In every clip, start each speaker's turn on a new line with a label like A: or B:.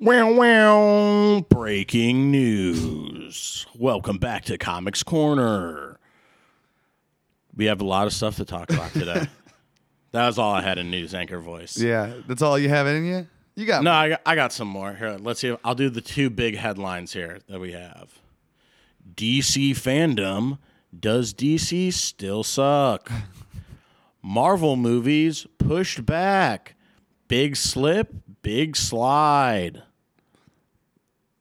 A: Wow, wow. Breaking news. Welcome back to Comics Corner. We have a lot of stuff to talk about today. that was all I had in news anchor voice.
B: Yeah, that's all you have in you. You got
A: No, I got, I got some more. Here, let's see. I'll do the two big headlines here that we have. DC fandom. Does DC still suck? Marvel movies pushed back. Big slip, big slide.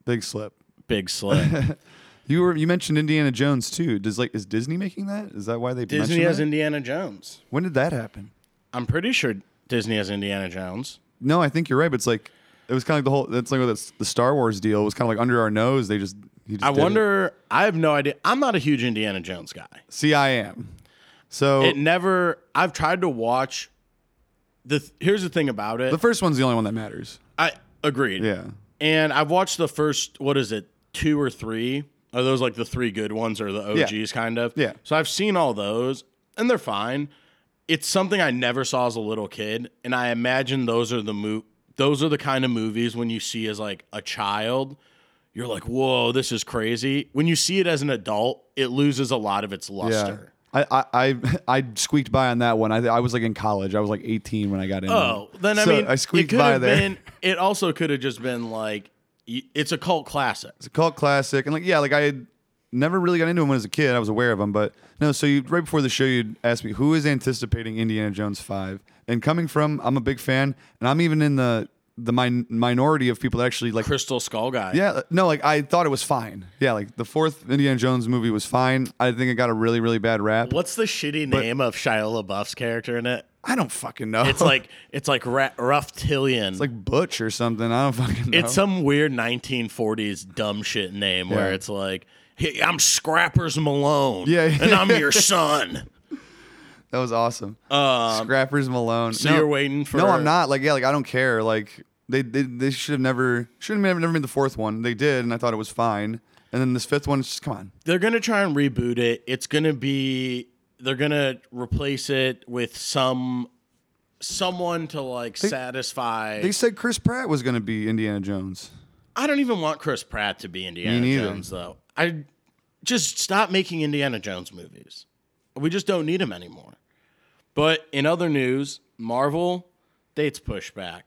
B: big slip.
A: Big slip.
B: You were you mentioned Indiana Jones too. Does like is Disney making that? Is that why they
A: Disney
B: mentioned
A: has
B: that?
A: Indiana Jones.
B: When did that happen?
A: I'm pretty sure Disney has Indiana Jones.
B: No, I think you're right. But it's like it was kind of like the whole. That's like with this- the Star Wars deal was kind of like under our nose. They just. He just
A: I
B: did it.
A: wonder. I have no idea. I'm not a huge Indiana Jones guy.
B: See, I am. So
A: It never. I've tried to watch. The here's the thing about it.
B: the first one's the only one that matters.
A: I agreed.
B: Yeah.
A: And I've watched the first, what is it, two or three? Are those like the three good ones or the
B: Yeah.
A: OGs kind of?
B: Yeah.
A: So I've seen all those and they're fine. It's something I never saw as a little kid. And I imagine those are the mo- those are the kind of movies when you see as like a child, you're like, whoa, this is crazy. When you see it as an adult, it loses a lot of its
B: Yeah.
A: luster.
B: I, I, I I squeaked by on that one. I, I was like in college. I was like 18 when I got in.
A: Oh, then I
B: So
A: mean,
B: I squeaked
A: it could
B: by
A: have
B: there.
A: Been, it also could have just been like, y- it's a cult classic.
B: It's a cult classic, and like yeah, like I had never really got into them when I was a kid. I was aware of them, but no. So you right before the show, you'd ask me who is anticipating Indiana Jones five, and coming from I'm a big fan, and I'm even in the the min- minority of people that actually like.
A: Crystal Skull guy.
B: Yeah, no, like I thought it was fine. Yeah, like the fourth Indiana Jones movie was fine. I think it got a really, really bad rap.
A: What's the shitty name of Shia LaBeof's character in it?
B: I don't fucking know.
A: It's like it's like Ra- Rough Tillion. It's,
B: like Butch or something. I don't fucking know.
A: some weird 1940s dumb shit name where
B: Yeah.
A: it's like, hey, I'm Scrappers Malone,
B: Yeah.
A: and I'm your son.
B: That was awesome. Scrappers Malone.
A: um, so you're waiting for-
B: No, I'm not. Like, yeah, like I don't care. Like they they, they should have never should have never made the fourth one. They did, and I thought it was fine. And then this fifth one, it's just come on.
A: They're gonna try and reboot it. It's gonna be they're gonna replace it with some someone to like satisfy.
B: They said Chris Pratt was gonna be Indiana Jones.
A: I don't even want Chris Pratt to be Indiana
B: neither.
A: Jones though. I just stop making Indiana Jones movies. We just don't need him anymore. But in other news, Marvel dates pushback.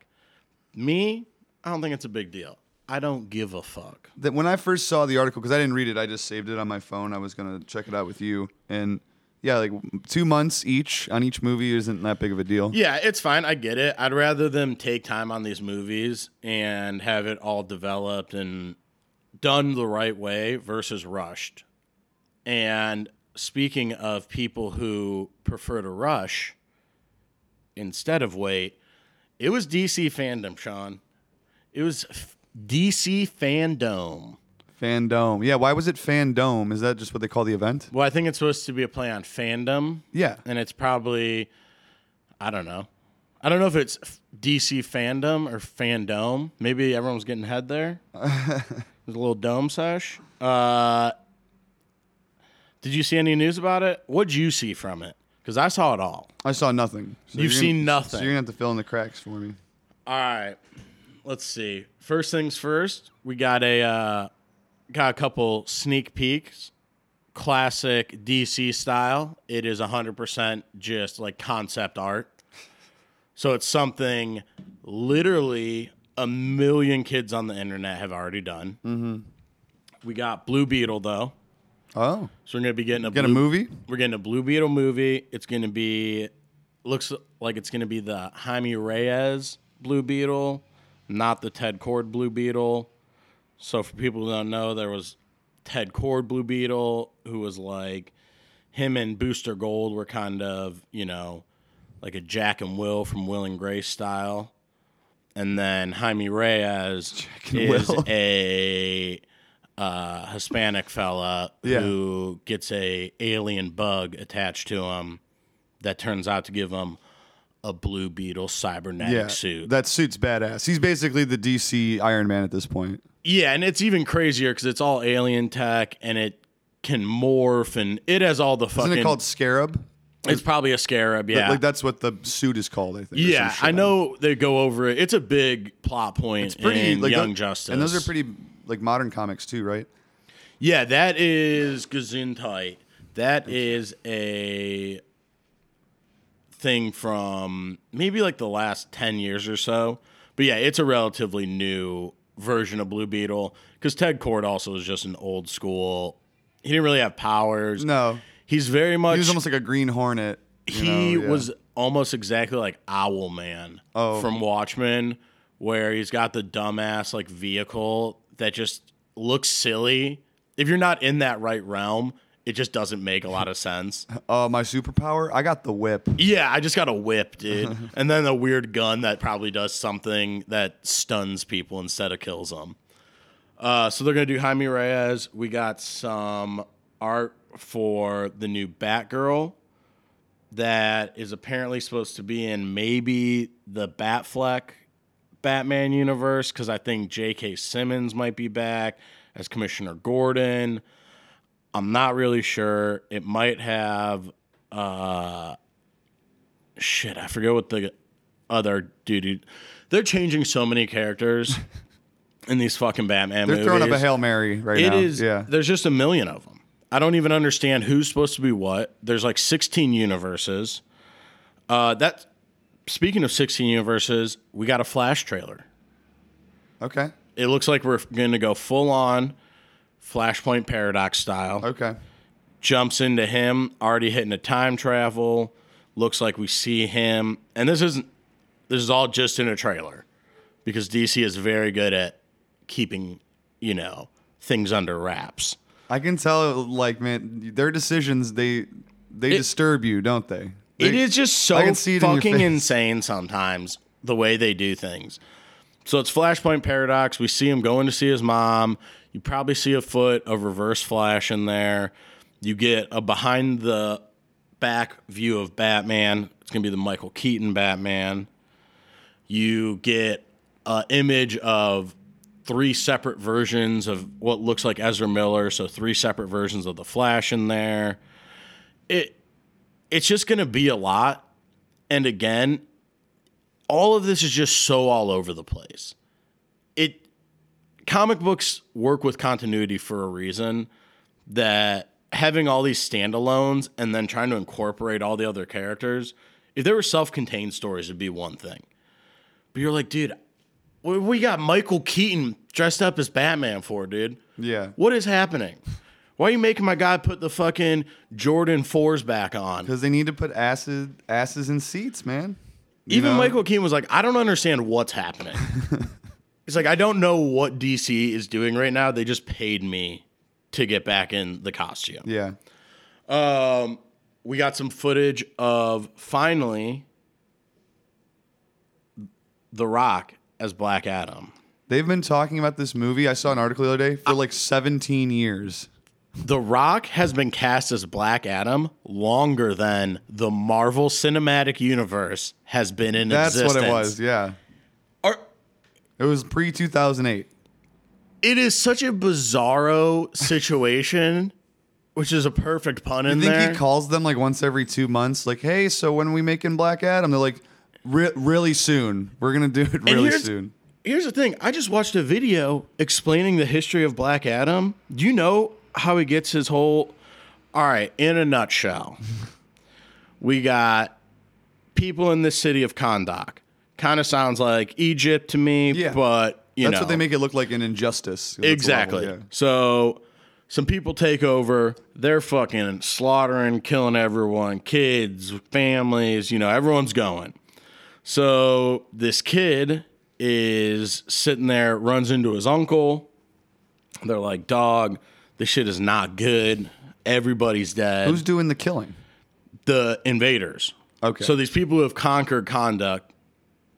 A: Me, I don't think it's a big deal. I don't give a fuck.
B: That when I first saw the article, because I didn't read it, I just saved it on my phone. I was gonna check it out with you, and yeah, like two months each on each movie isn't that big of a deal.
A: Yeah, it's fine. I get it. I'd rather them take time on these movies and have it all developed and done the right way versus rushed. And speaking of people who prefer to rush instead of wait, it was DC fandom, Sean. It was f- DC fandom.
B: Fandome. Yeah, why was it Fandome? Is that just what they call the event?
A: Well, I think it's supposed to be a play on fandom.
B: Yeah.
A: and it's probably I don't know. I don't know if it's f- DC fandom or fandom. Maybe everyone's getting head there. There's a little dome sesh. Uh, did you see any news about it? What'd you see from it? Because I saw it all.
B: I saw nothing. So
A: You've
B: you're
A: seen
B: gonna-
A: nothing.
B: So you're gonna have to fill in the cracks for me.
A: All right. Let's see. First things first, we got a uh, got a couple sneak peeks. Classic DC style. It is 100% just like concept art. So it's something literally a million kids on the internet have already done. Mm-hmm. We got Blue Beetle though.
B: Oh,
A: So we're going to be getting a,
B: got a
A: Blue-
B: movie?
A: We're getting a Blue Beetle movie. It's going to be looks like it's going to be the Jaime Reyes Blue Beetle, not the Ted Cord Blue Beetle. So for people who don't know, there was Ted Cord Blue Beetle who was like him and Booster Gold were kind of, you know, like a Jack and Will from Will and Grace style. And then Jaime Reyes
B: and
A: is
B: Will.
A: a uh, Hispanic fella
B: Yeah.
A: who gets a alien bug attached to him that turns out to give him a blue beetle cybernetic
B: Yeah,
A: suit.
B: that suit's badass. He's basically the DC Iron Man at this point.
A: yeah, and it's even crazier because it's all alien tech and it can morph and it has all the
B: Isn't
A: fucking
B: it called Scarab?
A: It's probably a scarab, yeah.
B: Like that's what the suit is called, I think. or some
A: yeah,
B: shit.
A: I know they go over it. It's a big plot point
B: It's pretty
A: in
B: like
A: Young
B: tho-
A: Justice.
B: And those are pretty like modern comics too, right?
A: Yeah, that is Gesundheit. That is a thing from maybe like the last 10 years or so. But yeah, it's a relatively new version of Blue Beetle because Ted Cord also is just an old school. He didn't really have powers.
B: No.
A: He's very much.
B: He was almost like a Green Hornet. you
A: he
B: know, yeah.
A: was almost exactly like Owl Man
B: Oh.
A: from Watchmen, where he's got the dumbass like vehicle that just looks silly. If you're not in that right realm, it just doesn't make a lot of sense.
B: uh, my superpower. I got the whip.
A: yeah, I just got a whip, dude, and then a weird gun that probably does something that stuns people instead of kills them. Uh, so they're gonna do Jaime Reyes. We got some art for the new Batgirl that is apparently supposed to be in maybe the Batfleck Batman universe because I think J.K. Simmons might be back as Commissioner Gordon. I'm not really sure. It might have uh shit. I forget what the other dude. They're changing so many characters in these fucking Batman
B: They're
A: movies.
B: throwing up a hail mary right
A: It
B: now.
A: is.
B: Yeah.
A: There's just a million of them. I don't even understand who's supposed to be what. There's like 16 universes. Uh, that speaking of 16 universes, we got a Flash trailer.
B: Okay.
A: It looks like we're going to go full on Flashpoint Paradox style.
B: Okay.
A: Jumps into him, already hitting a time travel. Looks like we see him, and this isn't. This is all just in a trailer, because DC is very good at keeping, you know, things under wraps.
B: I can tell. Like, man, their decisions they they disturb you, don't they?
A: it
B: They-
A: is just so
B: I can see it in your
A: fucking
B: face.
A: insane sometimes the way they do things. So it's Flashpoint Paradox. We see him going to see his mom. You probably see a foot of reverse flash in there. You get a behind the back view of Batman. It's going to be the Michael Keaton Batman. You get an image of three separate versions of what looks like Ezra Miller. So three separate versions of the Flash in there. It it's just going to be a lot. And again, all of this is just so all over the place. It comic books work with continuity for a reason that having all these standalones and then trying to incorporate all the other characters, if there were self-contained stories it'd be one thing. But you're like, dude, what we got Michael Keaton dressed up as Batman for, dude.
B: Yeah.
A: What is happening? Why are you making my guy put the fucking Jordan 4s back on?
B: Because they need to put acid asses in seats, man. You
A: Even
B: know?
A: Michael Keaton was like, I don't understand what's happening. He's like, I don't know what DC is doing right now. They just paid me to get back in the costume.
B: Yeah.
A: We got some footage of finally The Rock as Black Adam.
B: They've been talking about this movie. I saw an article the other day for like 17 years.
A: The Rock has been cast as Black Adam longer than the Marvel Cinematic Universe has been in
B: That's
A: existence.
B: what it was. Yeah.
A: Are-
B: It was pre 2008.
A: it is such a bizarro situation, which is a perfect pun in
B: I think
A: there.
B: he calls them like once every two months, like, hey, so when are we making Black Adam? They're like, "Re- really soon. We're going to do it really
A: here's-
B: soon.
A: Here's the thing: I just watched a video explaining the history of Black Adam. Do you know how he gets his whole? All right, in a nutshell, we got people in the city of Kondak. Kind of sounds like Egypt to me,
B: Yeah.
A: but you
B: That's
A: know
B: what they make it look like in Injustice. That's the level,
A: Exactly.
B: yeah.
A: So some people take over. They're fucking slaughtering, killing everyone, kids, families, you know, everyone's going. So this kid is sitting there, runs into his uncle. They're like, dog, this shit is not good. Everybody's dead.
B: Who's doing the killing?
A: the invaders.
B: Okay.
A: So these people who have conquered conduct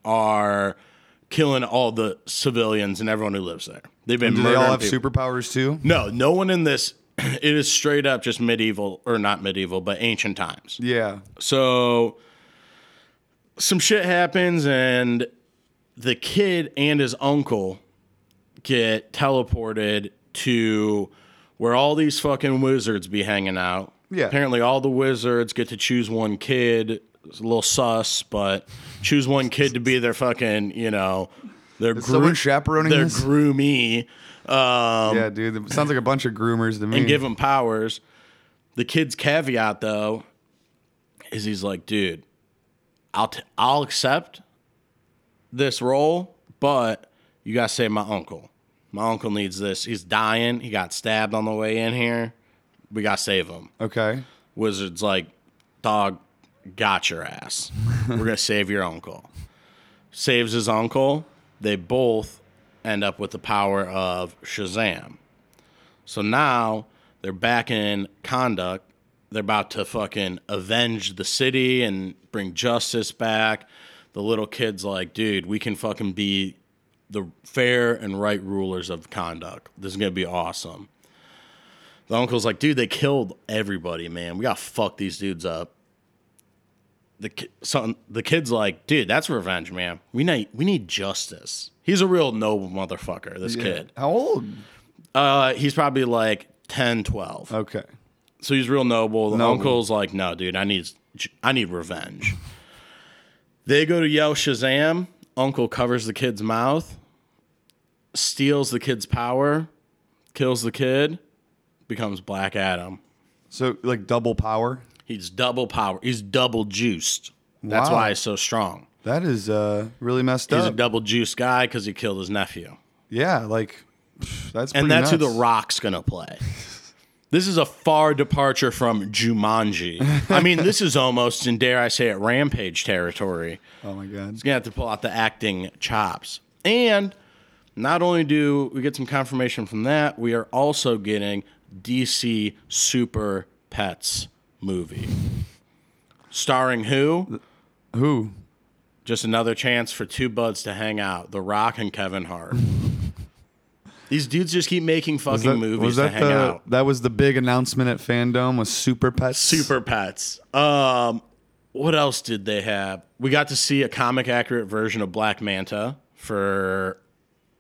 A: are killing all the civilians and everyone who lives there. They've been
B: Do they
A: murdering
B: all have
A: people.
B: superpowers too?
A: No, no one in this. It is straight up just medieval, or not medieval, but ancient times.
B: Yeah.
A: So some shit happens, and the kid and his uncle get teleported to where all these fucking wizards be hanging out.
B: Yeah.
A: Apparently, all the wizards get to choose one kid. It's a little sus, but choose one kid to be their fucking, you know, their
B: someone chaperoning
A: their
B: this?
A: groomie, um,
B: yeah, dude. It sounds like a bunch of groomers to me.
A: and give them powers. The kid's caveat though is he's like, dude, I'll t- I'll accept this role, but you gotta save my uncle. My uncle needs this. He's dying. He got stabbed on the way in here. We gotta save him.
B: okay.
A: Wizard's like, dog, got your ass. We're gonna save your uncle. Saves his uncle. They both end up with the power of Shazam. So now they're back in conduct. They're about to fucking avenge the city and bring justice back. The little kid's like, dude, we can fucking be the fair and right rulers of conduct. This is gonna be awesome. The uncle's like, dude, they killed everybody, man. We gotta fuck these dudes up. The ki- son, the kid's like, dude, that's revenge, man. We need we need justice. He's a real noble motherfucker. This
B: Yeah.
A: kid,
B: How old?
A: uh, he's probably like 10, 12.
B: Okay.
A: So he's real noble. The
B: Uh, Noble.
A: uncle's like, no, dude, I need I need revenge. They go to yell Shazam. Uncle covers the kid's mouth, steals the kid's power, kills the kid, becomes Black Adam.
B: So like double power.
A: He's double power. He's double juiced. That's
B: Wow.
A: why he's so strong.
B: That is uh really messed
A: He's a
B: up.
A: double juiced guy because he killed his nephew.
B: yeah, like pff, that's
A: And
B: pretty
A: that's who
B: nuts.
A: The Rock's going to play. This is a far departure from Jumanji. I mean, this is almost, and dare I say it, Rampage territory.
B: Oh my god.
A: He's going to have to pull out the acting chops. And not only do we get some confirmation from that, we are also getting DC Super Pets movie. Starring who?
B: Who?
A: Just another chance for two buds to hang out, The Rock and Kevin Hart. These dudes just keep making fucking movies
B: was
A: to
B: that
A: hang
B: the
A: out.
B: that was the big announcement at Fandom was Super Pets?
A: Super Pets. Um, what else did they have? We got to see a comic accurate version of Black Manta for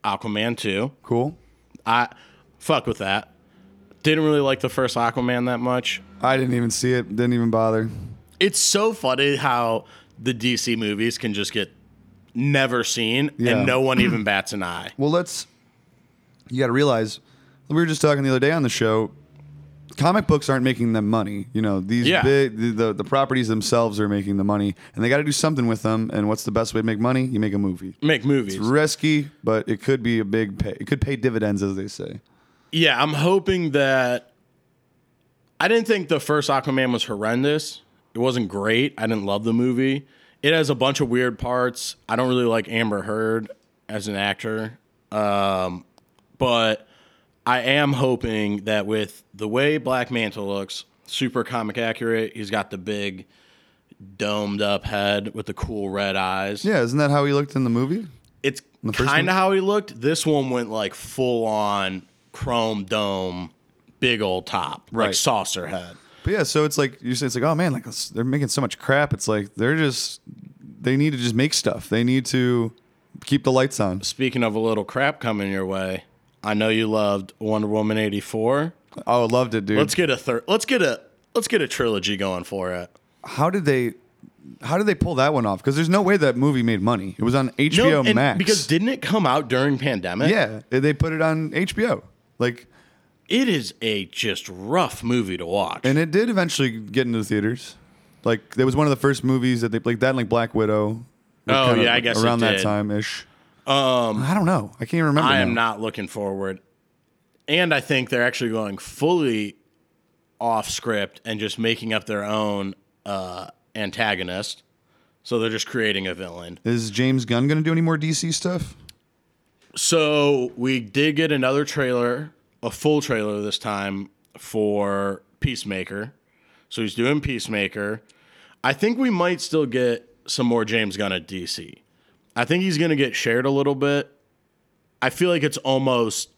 A: Aquaman 2.
B: cool.
A: I fuck with that. Didn't really like the first Aquaman that much.
B: I didn't even see it. Didn't even bother.
A: It's so funny how the DC movies can just get never seen
B: Yeah.
A: and no one even bats an eye.
B: Well, let's. You got to realize, we were just talking the other day on the show. Comic books aren't making them money. You know these
A: Yeah.
B: big the, the the properties themselves are making the money, and they got to do something with them. And what's the best way to make money? You make a movie.
A: Make movies.
B: Risky, but it could be a big pay. It could pay dividends, as they say.
A: Yeah, I'm hoping that. I didn't think the first Aquaman was horrendous. It wasn't great. I didn't love the movie. It has a bunch of weird parts. I don't really like Amber Heard as an actor. Um, but I am hoping that with the way Black Manta looks, super comic accurate, he's got the big domed up head with the cool red eyes.
B: Yeah, isn't that how he looked in the movie?
A: It's
B: first
A: kind of how he looked. This one went like full on chrome dome, big old top, like
B: Right.
A: saucer head.
B: But yeah, so it's like you say, it's like oh man, like it's- they're making so much crap. It's like they're just they need to just make stuff. They need to keep the lights on.
A: Speaking of a little crap coming your way, I know you loved Wonder Woman eighty four.
B: Oh, loved it, dude.
A: Let's get a third. Let's get a let's get a trilogy going for it.
B: how did they how did they pull that one off? Because there's no way that movie made money. It was on HBO
A: and
B: Max.
A: because didn't it come out during pandemic?
B: yeah, they put it on HBO. Like,
A: it is a just rough movie to watch.
B: and it did eventually get into the theaters. Like, that was one of the first movies that they like that, and, like Black Widow. were
A: Oh,
B: kinda
A: yeah, I guess it
B: around that
A: did.
B: time ish. Um, I don't know. I can't even remember.
A: I am
B: now.
A: not looking forward. And I think they're actually going fully off script and just making up their own uh, antagonist. So they're just creating a villain.
B: Is James Gunn gonna do any more DC stuff?
A: So we did get another trailer, a full trailer this time for Peacemaker. So he's doing Peacemaker. I think we might still get some more James Gunn at DC. I think he's going to get shared a little bit. I feel like it's almost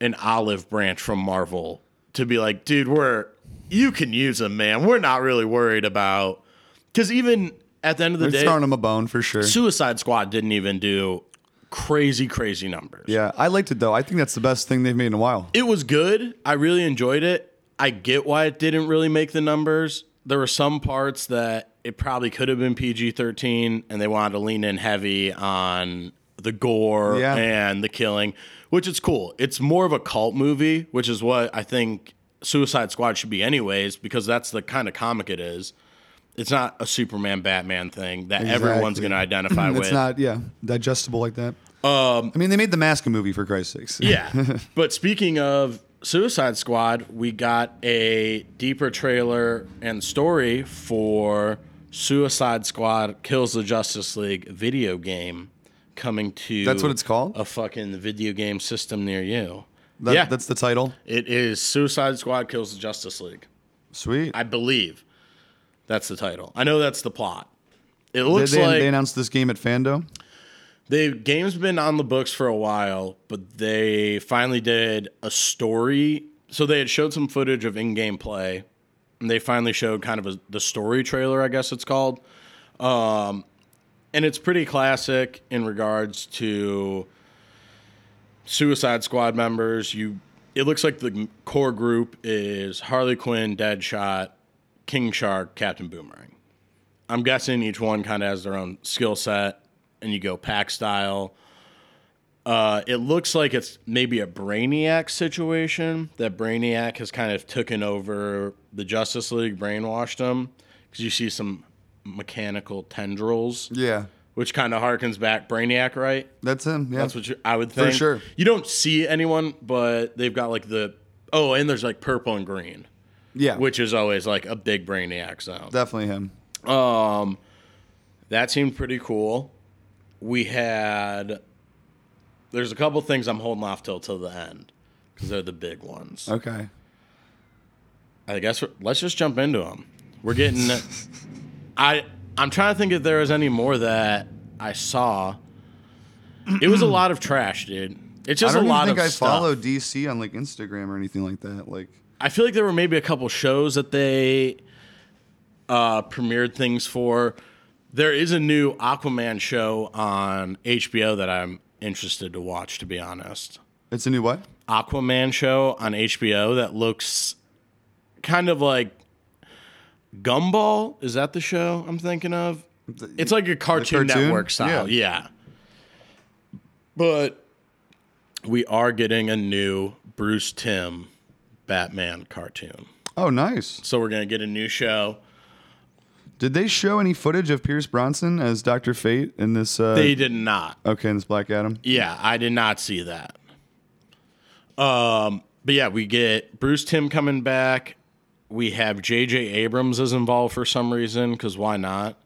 A: an olive branch from Marvel to be like, dude, we're you can use him, man. We're not really worried about because even at the end of the
B: They're
A: day,
B: throwing him a bone for sure.
A: Suicide Squad didn't even do crazy, crazy numbers.
B: yeah, I liked it though. I think that's the best thing they've made in a while.
A: It was good. I really enjoyed it. I get why it didn't really make the numbers. There were some parts that it probably could have been PG 13, and they wanted to lean in heavy on the gore
B: Yeah.
A: and the killing, which is cool. It's more of a cult movie, which is what I think Suicide Squad should be, anyways, because that's the kind of comic it is. It's not a Superman Batman thing that everyone's
B: Exactly.
A: going to identify with.
B: It's not, yeah, digestible like that. Um, I mean, they made the mask a movie for Christ's sakes.
A: Yeah. but speaking of Suicide Squad, we got a deeper trailer and story for Suicide Squad Kills the Justice League video game coming to
B: That's what it's called?
A: a fucking video game system near you.
B: That-
A: yeah,
B: that's the title.
A: it is Suicide Squad Kills the Justice League.
B: Sweet.
A: I believe that's the title. I know that's the plot. It
B: They,
A: looks
B: they,
A: like
B: they announced this game at Fando.
A: the game's been on the books for a while, but they finally did a story. So they had showed some footage of in-game play, and they finally showed kind of a, the story trailer, I guess it's called. Um, and it's pretty classic in regards to Suicide Squad members. You, it looks like the core group is Harley Quinn, Deadshot, King Shark, Captain Boomerang. I'm guessing each one kind of has their own skill set, and you go pack style. Uh, it looks like it's maybe a Brainiac situation that Brainiac has kind of taken over the Justice League, brainwashed them, because you see some mechanical tendrils,
B: Yeah.
A: which kind of harkens back Brainiac, right?
B: That's him. Yeah.
A: That's what you, I would think.
B: sure.
A: You don't see anyone, but they've got like the oh, and there's like purple and green,
B: yeah.
A: which is always like a big Brainiac zone.
B: Definitely him.
A: That seemed pretty cool. We had there's a couple things I'm holding off till till the end because they're the big ones.
B: Okay.
A: I guess we're- let's just jump into them. We're getting. I I'm trying to think if there was any more that I saw. It was a lot of trash, dude. It's
B: I
A: just
B: don't
A: a
B: even
A: lot
B: think
A: of
B: I
A: stuff.
B: follow DC on like Instagram or anything like that. Like,
A: I feel like there were maybe a couple shows that they uh, premiered things for. There is a new Aquaman show on HBO that I'm interested to watch, to be honest.
B: it's a new what?
A: Aquaman show on HBO that looks kind of like Gumball. Is that the show I'm thinking of? It's like a Cartoon,
B: cartoon?
A: Network style. yeah. But we are getting a new Bruce Tim Batman cartoon.
B: Oh, nice.
A: So we're gonna get a new show.
B: Did they show any footage of Pierce Bronson as Doctor Fate in this? Uh,
A: They did not.
B: okay, in this Black Adam.
A: Yeah, I did not see that. Um, but yeah, we get Bruce Tim coming back. We have J.J. Abrams is involved for some reason because why not?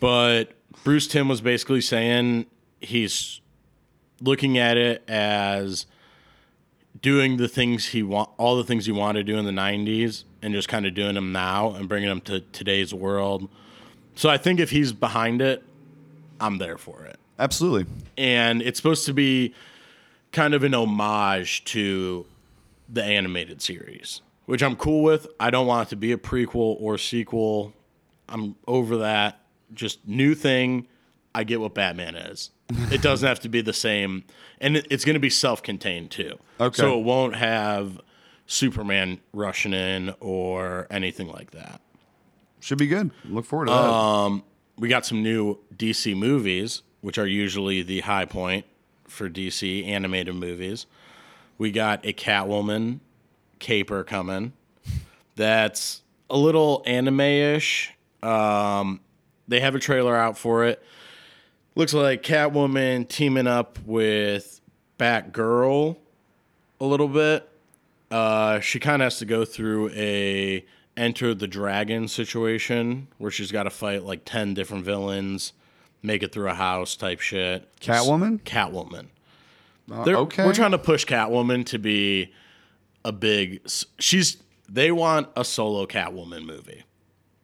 A: But Bruce Tim was basically saying he's looking at it as doing the things he want, all the things he wanted to do in the '90s, and just kind of doing them now and bringing them to today's world. So I think if he's behind it, I'm there for it
B: Absolutely.
A: and it's supposed to be kind of an homage to the animated series, which I'm cool with. I don't want it to be a prequel or sequel. I'm over that. Just new thing. I get what Batman is. It doesn't have to be the same, and it- it's going to be self-contained too.
B: Okay.
A: So it won't have Superman rushing in or anything like that.
B: Should be good. Look forward to that.
A: Uh, we got some new DC movies, which are usually the high point for DC animated movies. We got a Catwoman caper coming that's a little anime ish. Um, they have a trailer out for it. Looks like Catwoman teaming up with Batgirl a little bit. Uh, she kind of has to go through a enter the dragon situation where she's got to fight like 10 different villains, make it through a house type shit.
B: Catwoman?
A: Catwoman.
B: Uh,
A: They're-
B: okay.
A: We're trying to push Catwoman to be a big. s- She's. They want a solo Catwoman movie.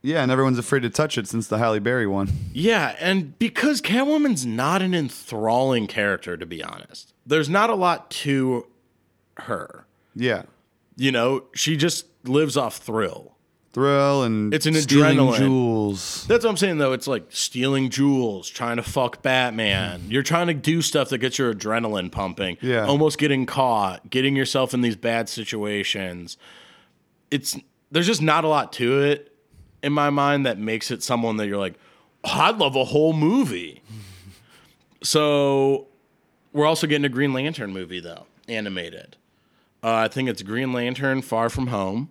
B: yeah, and everyone's afraid to touch it since the Halle Berry one.
A: Yeah, and because Catwoman's not an enthralling character, to be honest, there's not a lot to her.
B: Yeah.
A: You know, she just lives off thrill.
B: Thrill and
A: It's an
B: stealing
A: adrenaline.
B: jewels.
A: That's what I'm saying, though. It's like stealing jewels, trying to fuck Batman. You're trying to do stuff that gets your adrenaline pumping.
B: Yeah.
A: Almost getting caught, getting yourself in these bad situations. it's there's just not a lot to it in my mind that makes it someone that you're like, "Oh, I'd love a whole movie. so we're also getting a Green Lantern movie though, animated. Uh, I think it's Green Lantern Far From Home.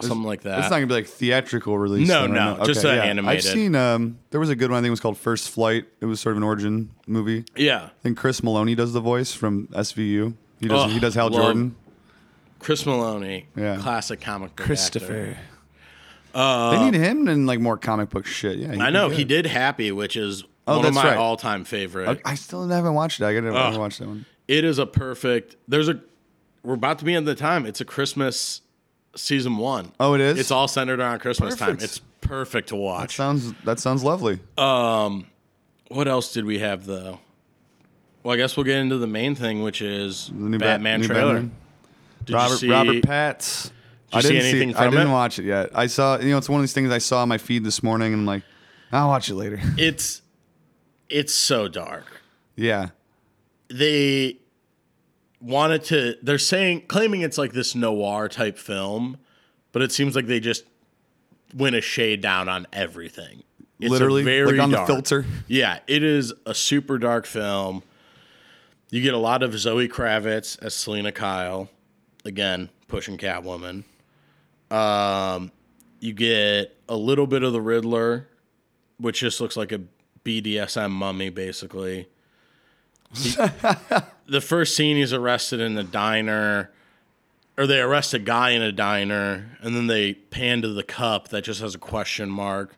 A: Something like that.
B: It's not gonna be like theatrical release.
A: No,
B: though,
A: no,
B: right?
A: just a animated.
B: I've seen um, there was a good one. I think it was called First Flight. It was sort of an origin movie.
A: yeah.
B: I think Chris Maloney does the voice from SVU. He does.
A: Ugh,
B: he does Hal
A: love-
B: Jordan.
A: Chris Maloney,
B: Yeah.
A: classic comic book actor.
C: Christopher.
B: they need him in like more comic book shit. Yeah,
A: uh, I know he did Happy, which is
B: Oh,
A: one of
B: that's
A: my
B: right.
A: all-time favorite.
B: I still haven't watched it. I gotta I gotta watch that one.
A: It is a perfect. There's a. We're about to be in the time. It's a Christmas season one.
B: Oh, it is?
A: It's all centered around Christmas time.
B: Perfect.
A: It's perfect to watch.
B: Sounds that sounds lovely.
A: what else did we have though? Well, I guess we'll get into the main thing, which is
B: The new Bat-
A: Batman
B: new
A: trailer.
B: Batman.
A: Did
B: Robert
A: you see,
B: Robert Patz. I
A: you see
B: didn't
A: anything
B: I
A: from
B: didn't
A: it?
B: watch it yet. I saw you know it's one of these things I saw on my feed this morning and I'm like, I'll watch it later.
A: It's it's so dark.
B: yeah.
A: they wanted to they're saying claiming it's like this noir type film but it seems like they just went a shade down on everything It's a
B: Literally, like on
A: dark-
B: the filter.
A: yeah it is a super dark film you get a lot of zoe kravitz as selena kyle again pushing catwoman um you get a little bit of the riddler which just looks like a bdsm mummy basically the first scene he's arrested in the diner or they arrest a guy in a diner and then they pan to the cup that just has a question mark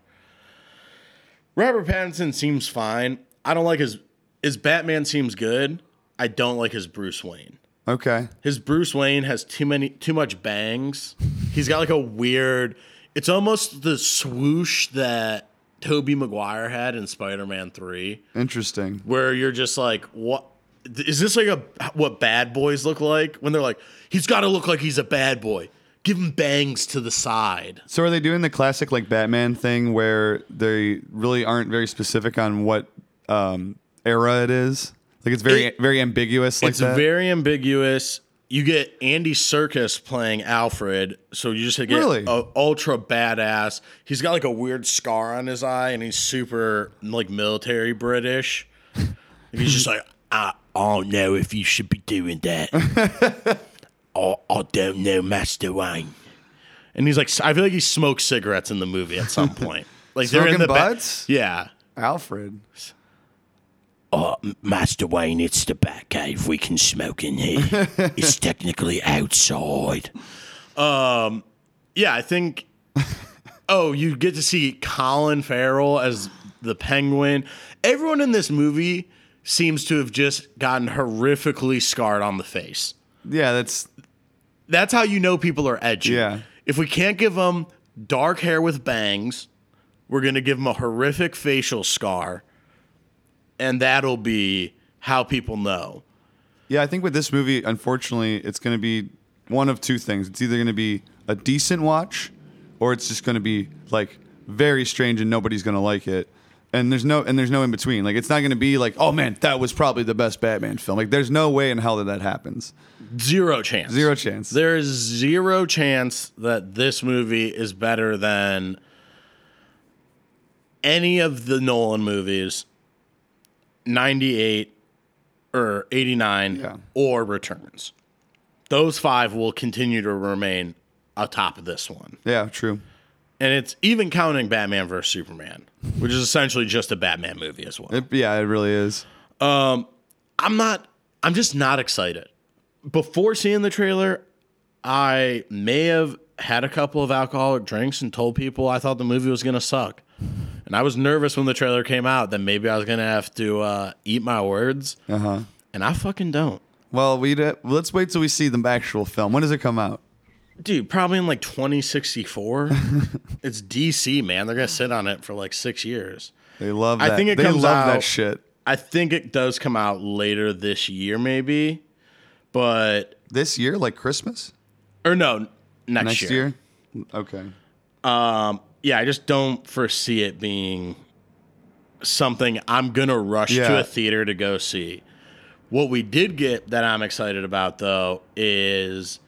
A: robert pattinson seems fine i don't like his his batman seems good i don't like his bruce wayne
B: Okay.
A: his bruce wayne has too many too much bangs he's got like a weird it's almost the swoosh that toby maguire had in spider-man 3
B: Interesting.
A: where you're just like, what is this like a what bad boys look like when they're like, he's got to look like he's a bad boy. Give him bangs to the side.
B: So are they doing the classic like Batman thing where they really aren't very specific on what um, era it is? Like it's very
A: It-
B: very ambiguous like
A: it's
B: that.
A: very ambiguous. You get Andy Circus playing Alfred, so you just get
B: Really?
A: a ultra badass. He's got like a weird scar on his eye, and he's super like military British. And he's just like, I, I don't know if you should be doing that. I, I don't know, Master Wayne. And he's like, I feel like he smokes cigarettes in the movie at some point. Like they're in
B: Smoking
A: the ba-
B: butts?
A: yeah.
B: Alfred.
D: Oh, M- Master Wayne, it's the back cave. We can smoke in here. it's technically outside.
A: Um, Yeah, I think. oh, you get to see Colin Farrell as the Penguin. Everyone in this movie seems to have just gotten horrifically scarred on the face.
B: Yeah, that's
A: That's how you know people are edgy.
B: Yeah.
A: If we can't give them dark hair with bangs, we're gonna give them a horrific facial scar, and that'll be how people know.
B: Yeah, I think with this movie, unfortunately, it's going to be one of two things. It's either going to be a decent watch, or it's just going to be like very strange and nobody's going to like it. And there's no and there's no in between. Like it's not going to be like, oh man, that was probably the best Batman film. Like there's no way in hell that that happens.
A: Zero chance.
B: Zero chance.
A: There is zero chance that this movie is better than any of the Nolan movies, 98 or 89
B: Yeah.
A: or Returns. Those five will continue to remain atop of this one.
B: Yeah, true.
A: And it's even counting Batman vs. Superman, which is essentially just a Batman movie as well.
B: It, yeah, it really is.
A: I'm not. I'm just not excited. Before seeing the trailer, I may have had a couple of alcoholic drinks and told people I thought the movie was gonna suck, and I was nervous when the trailer came out that maybe I was gonna have to uh, eat my words. Uh huh. And I fucking don't,
B: Well, we let's wait till we see the actual film. When does it come out?
A: dude. Probably in like 2064. it's DC, man. They're gonna sit on it for like six years.
B: They love.
A: I
B: That.
A: think it
B: they
A: comes
B: love that
A: out-
B: shit.
A: I think it does come out later this year, maybe, but
B: This year, like Christmas
A: or no, next,
B: next
A: year.
B: year. Okay.
A: yeah, I just don't foresee it being something I'm gonna rush to
B: Yeah.
A: a theater to go see. What we did get that I'm excited about though is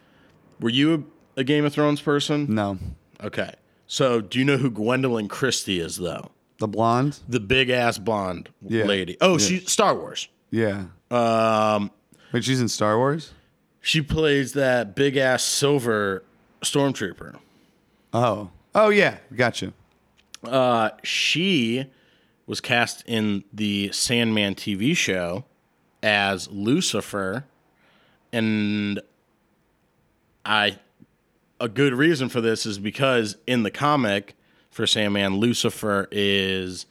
A: were you a Game of Thrones person?
B: No,
A: Okay. So, do you know who Gwendolyn Christie is, though?
B: the blonde.
A: The big ass blonde
B: Yeah.
A: lady. Oh, she Star Wars.
B: Yeah.
A: Um,
B: Wait, she's in Star Wars.
A: she plays that big ass silver stormtrooper.
B: Oh. Oh yeah. Gotcha.
A: Uh, she was cast in the Sandman TV show as Lucifer, and I a good reason for this is because in the comic for Sandman, Lucifer is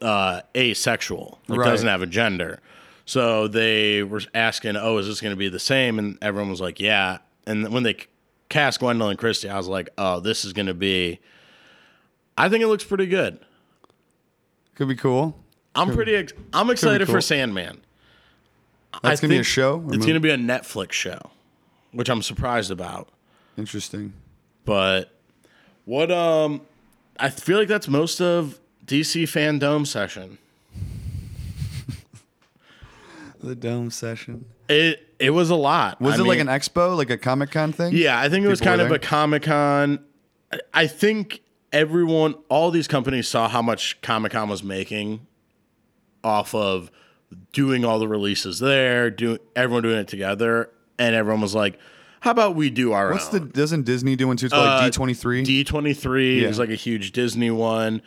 A: uh, asexual. Like
B: Right.
A: doesn't have a gender. So they were asking, "Oh, is this going to be the same?" And everyone was like, "Yeah." And when they cast Gwendolyn Christie, I was like, "Oh, this is going to be." I think it looks pretty good.
B: Could be cool.
A: I'm pretty. Ex- I'm excited
B: cool.
A: for Sandman.
B: That's gonna be a
A: think
B: show or
A: It's
B: movie?
A: gonna be a Netflix show, which I'm surprised about.
B: Interesting.
A: But what? Um, I feel like that's most of DC fandom session.
B: The dome session.
A: It it was a lot.
B: Was
A: I
B: it like an
A: mean-
B: expo, like a Comic Con thing?
A: Yeah, I think it was
B: People were
A: kind of
B: there?
A: a Comic Con. I think everyone, all these companies saw how much Comic Con was making off of doing all the releases there, do everyone doing it together, and everyone was like, "How about we do our
B: What's the
A: own?"
B: doesn't Disney do one too? It's called
A: Uh,
B: D twenty three.
A: D twenty three is
B: Yeah.
A: like a huge Disney one,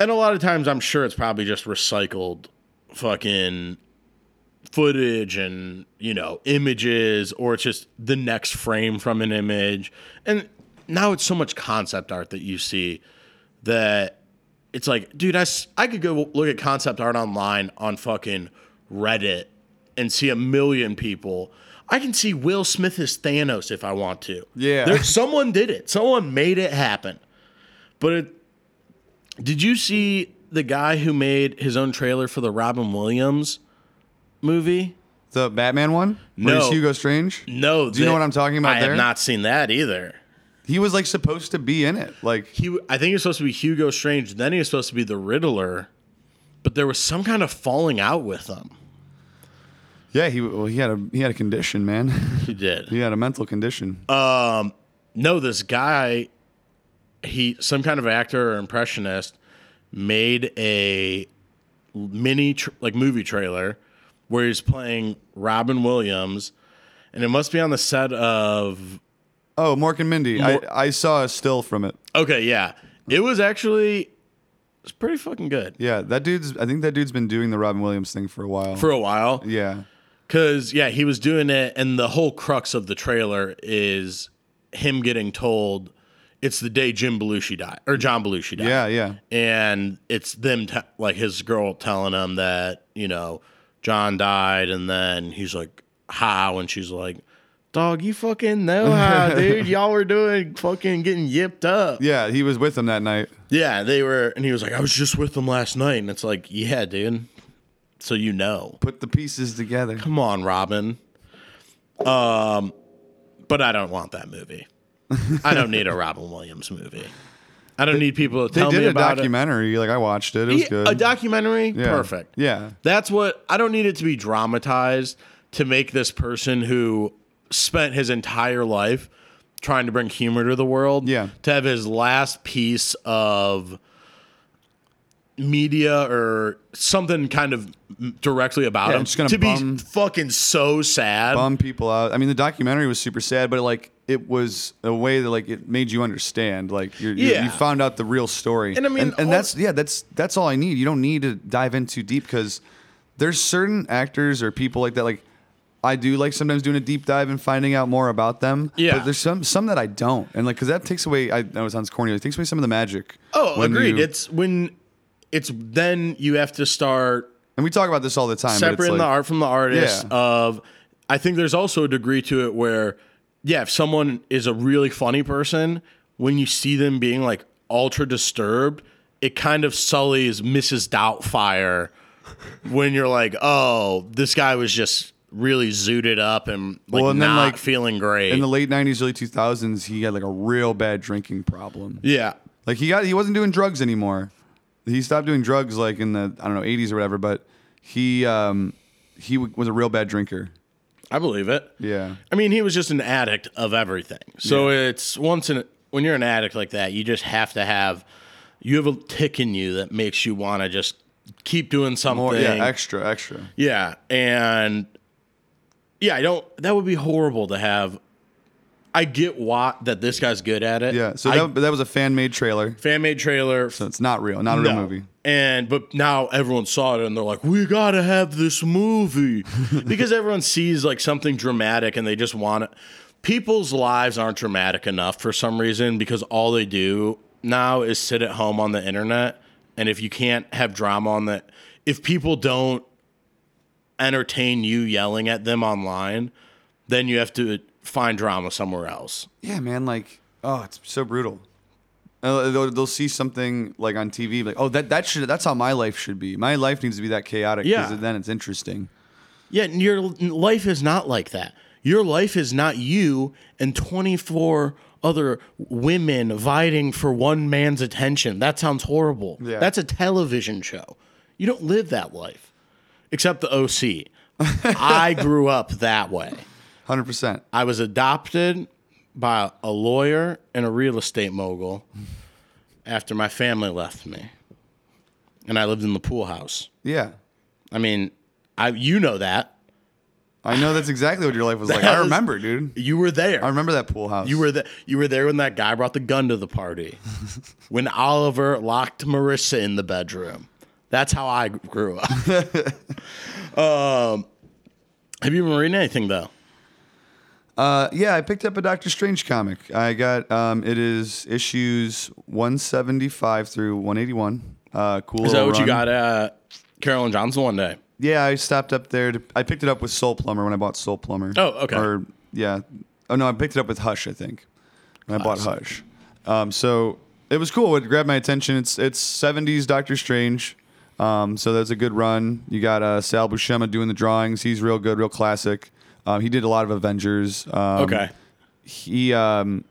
A: and a lot of times I'm sure it's probably just recycled fucking footage and you know images or it's just the next frame from an image and now it's so much concept art that you see that it's like dude I, s- I could go look at concept art online on fucking reddit and see a million people i can see will smith as thanos if i want to
B: Yeah.
A: there, someone did it someone made it happen but it did you see the guy who made his own trailer for the Robin Williams movie?
B: The Batman one? Where
A: No.
B: he's Hugo Strange?
A: No.
B: Do you know what I'm talking about
A: I
B: there?
A: have not seen that either.
B: He was like supposed to be in it. Like
A: He, I think he was supposed to be Hugo Strange. Then he was supposed to be the Riddler, but there was some kind of falling out with him.
B: Yeah, he well he had a he had a condition, man.
A: He did.
B: he had a mental condition.
A: Uh, No, this guy, he some kind of actor or impressionist, made a mini tr- like movie trailer where he's playing Robin Williams, and it must be on the set of
B: oh, Mork and Mindy.
A: Mor-
B: I, I saw a still from it.
A: Okay, yeah. It was actually it's pretty fucking good
B: Yeah, that dude's I think that dude's been doing the Robin Williams thing for a while.
A: for a while.
B: yeah.
A: Cause yeah, he was doing it and the whole crux of the trailer is him getting told it's the day Jim Belushi died or John Belushi died.
B: Yeah, yeah.
A: and it's them t- like his girl telling him that you know John died, and then he's like how, and she's like, "Dog, you fucking know how, dude. Y'all were doing fucking getting yipped up."
B: Yeah, he was with them that night.
A: Yeah, they were, and he was like, "I was just with them last night," and it's like, "Yeah, dude." So you know,
B: Put the pieces together.
A: come on, Robin. Um, but I don't want that movie. I don't need a Robin Williams movie. I don't need people to
B: They
A: tell
B: did
A: me
B: a
A: about it.
B: documentary. Like I watched it. It was
A: Yeah,
B: good.
A: A documentary?
B: yeah.
A: Perfect.
B: Yeah.
A: That's what I don't need it to be dramatized to make this person who spent his entire life trying to bring humor to the world
B: Yeah.
A: to have his last piece of media or something kind of directly about
B: Yeah,
A: him
B: just gonna
A: to
B: bum-
A: be fucking so sad.
B: Bum people out. I mean, the documentary was super sad, but like it was a way that like it made you understand. Like you're, you
A: Yeah.
B: you found out the real story.
A: And I mean, all-
B: and, that's yeah, that's that's all I need. You don't need to dive in too deep because there's certain actors or people like that. Like I do like sometimes doing a deep dive and finding out more about them.
A: Yeah.
B: but there's some some that I don't, and like because that takes away. I know it sounds corny. It takes away some of the magic.
A: Oh,
B: when
A: agreed.
B: you-
A: it's when it's then you have to start
B: and we talk about this all the time. but it's
A: separating
B: like-
A: the art from the artist
B: Yeah.
A: of i think there's also a degree to it where yeah if someone is a really funny person when you see them being like ultra disturbed it kind of sullies mrs doubtfire when you're like oh this guy was just really zooted up and like
B: Well, and then,
A: not
B: like,
A: feeling great
B: in the late '90s, early 2000s, he had like a real bad drinking problem.
A: yeah
B: Like he got he wasn't doing drugs anymore. He stopped doing drugs like in the I don't know 80s or whatever. But he um, he w- was a real bad drinker.
A: I believe it.
B: Yeah.
A: I mean, he was just an addict of everything. So it's once in when you're an addict like that, you just have to have you have a tick in you that makes you want to just keep doing something.
B: More, yeah, extra, extra.
A: Yeah, and yeah, I don't. That would be horrible to have. I get why that this guy's good at it.
B: Yeah. So
A: I-
B: that, that was a fan made trailer.
A: fan made trailer.
B: So it's not real, not a real
A: No.
B: movie.
A: And but now everyone saw it and they're like, we gotta have this movie because everyone sees like something dramatic and they just want it. People's lives aren't dramatic enough for some reason because all they do now is sit at home on the internet. And if you can't have drama on that, if people don't entertain you yelling at them online, then you have to find drama somewhere else.
B: Yeah, man. Like, oh, it's so brutal. Uh, they'll, they'll see something like on TV, like, oh, that that should that's how my life should be. My life needs to be that chaotic because
A: Yeah.
B: then it's interesting.
A: Yeah, and your l- life is not like that. Your life is not you and 24 other women vying for one man's attention. That sounds horrible.
B: Yeah.
A: That's a television show. You don't live that life, except the OC. I grew up that way.
B: Hundred percent.
A: I was adopted by a lawyer and a real estate mogul after my family left me. And I lived in the pool house.
B: Yeah,
A: I mean, I you know that.
B: I know that's exactly what your life was like.
A: That
B: I
A: was-
B: remember, dude.
A: You were there.
B: I remember that pool house.
A: You were the, you were there when that guy brought the gun to the party. when Oliver locked Marissa in the bedroom. That's how I grew up. um, have you been reading anything though?
B: Uh, yeah, I picked up a Doctor Strange comic. I got um, it is issues one seventy five through one eighty one. Uh, cool.
A: Is that
B: little
A: what you
B: run.
A: got at Carolyn Johnson one day?
B: Yeah, I stopped up there. To, I picked it up with Soul Plumber when I bought Soul Plumber.
A: Oh, okay.
B: Or yeah, oh no, I picked it up with Hush. I think when I bought Hush. Um, so it was cool. It grabbed my attention. It's it's seventies Doctor Strange. Um, so that's a good run. You got uh, Sal Buscema doing the drawings. He's real good, real classic. Um, he did a lot of Avengers. Um,
A: Okay.
B: He um,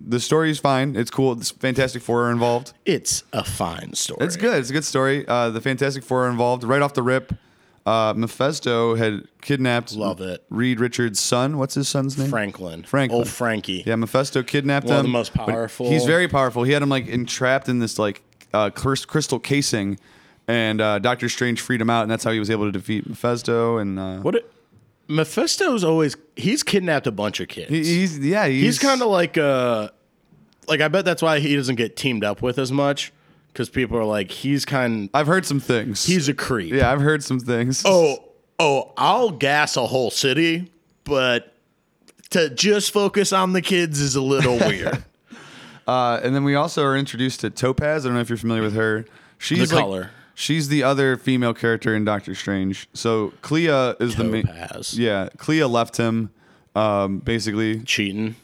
B: the story's fine. It's cool. It's Fantastic Four are involved.
A: It's a fine story.
B: It's good. It's a good story. Uh, the Fantastic Four are involved right off the rip. Uh, Mephisto had kidnapped
A: Love it.
B: Reed Richards' son. What's his son's name?
A: Franklin.
B: Franklin.
A: Old Frankie.
B: Yeah, Mephisto kidnapped
A: One
B: him.
A: of the most
B: but
A: powerful-
B: He's very powerful. He had him like entrapped in this like uh, crys- crystal casing, and uh, Doctor Strange freed him out, and that's how he was able to defeat Mephisto. And uh,
A: What it, Mephisto's always he's kidnapped a bunch of kids.
B: he- he's yeah, he's,
A: He's kind of like uh like I bet that's why he doesn't get teamed up with as much cuz people are like he's kind
B: I've heard some things.
A: he's a creep.
B: yeah, I've heard some things.
A: Oh, oh, I'll gas a whole city, but to just focus on the kids is a little weird.
B: Uh, and then we also are introduced to Topaz. I don't know if you're familiar with her. She's like-
A: color.
B: She's the other female character in Doctor Strange. So Clea is the main.
A: Topaz.
B: Yeah, Clea left him. Um, basically,
A: Cheating.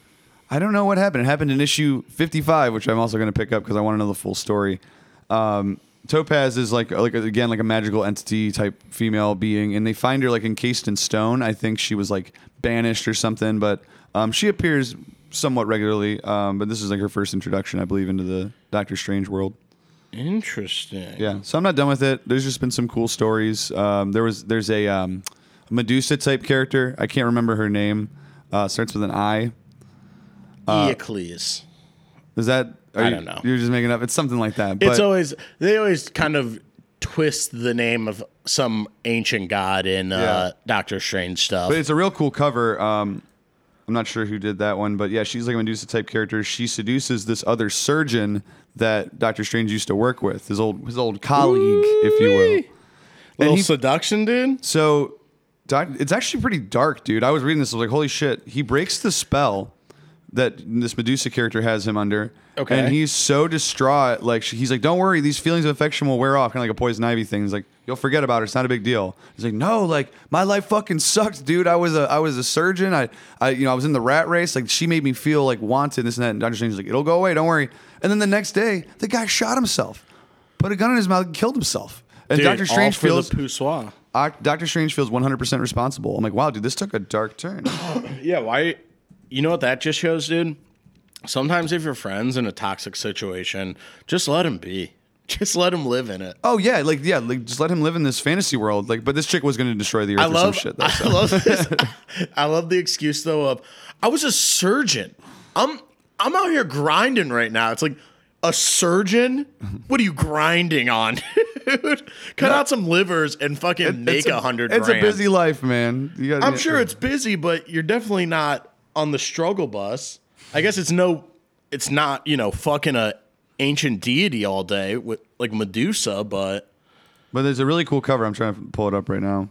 B: I don't know what happened. It happened in issue 55, which I'm also going to pick up because I want to know the full story. Um, Topaz is like like again like a magical entity type female being, and they find her like encased in stone. I think she was like banished or something, but um, she appears somewhat regularly. Um, but this is like her first introduction, I believe, into the Doctor Strange world.
A: Interesting.
B: Yeah, so I'm not done with it. There's just been some cool stories. Um, there was there's a um, Medusa type character. I can't remember her name. Uh, starts with an I.
A: Uh, Eocles.
B: Is that? Are
A: I
B: you-
A: don't know.
B: You're just making up. It's something like that. But
A: It's always they always kind of twist the name of some ancient god in uh, Doctor Strange stuff.
B: but it's a real cool cover. Um, I'm not sure who did that one, but yeah, she's like a Medusa type character. She seduces this other surgeon that Doctor Strange used to work with, his old his old colleague, if you will.
A: little
B: he-
A: seduction, dude.
B: So doc, it's actually pretty dark, dude. I was reading this. I was like, holy shit. He breaks the spell that this Medusa character has him under.
A: Okay.
B: And he's so distraught. Like, she- he's like, don't worry. These feelings of affection will wear off. Kind of like a poison ivy thing. He's like, you'll forget about it. It's not a big deal. He's like, no, like my life fucking sucked, dude. I was a, I was a surgeon. I, I, you know, I was in the rat race. Like she made me feel like wanted this and that. And Dr. Strange is like, it'll go away. Don't worry. And then the next day the guy shot himself, put a gun in his mouth and killed himself. And
A: Dude,
B: Dr. Strange
A: all for
B: feels
A: the poussoir.
B: Oc- Dr. Strange feels 100% responsible. I'm like, wow, dude, this took a dark turn.
A: Yeah, why? You know what that just shows, dude? Sometimes if your friend's in a toxic situation, just let him be. Just let him live in it.
B: Oh yeah, like yeah, like just let him live in this fantasy world. Like, but this chick was gonna destroy the earth
A: I
B: or
A: love,
B: some shit. Though, so.
A: I love this. I love the excuse though of I was a surgeon. I'm I'm out here grinding right now. It's like a surgeon? What are you grinding on, dude? Cut out some livers and fucking make a hundred.
B: It's
A: grand.
B: a busy life, man. You gotta-
A: I'm sure it's busy, but you're definitely not on the struggle bus. I guess it's no, it's not you know fucking a ancient deity all day with like Medusa, but
B: But there's a really cool cover. I'm trying to pull it up right now.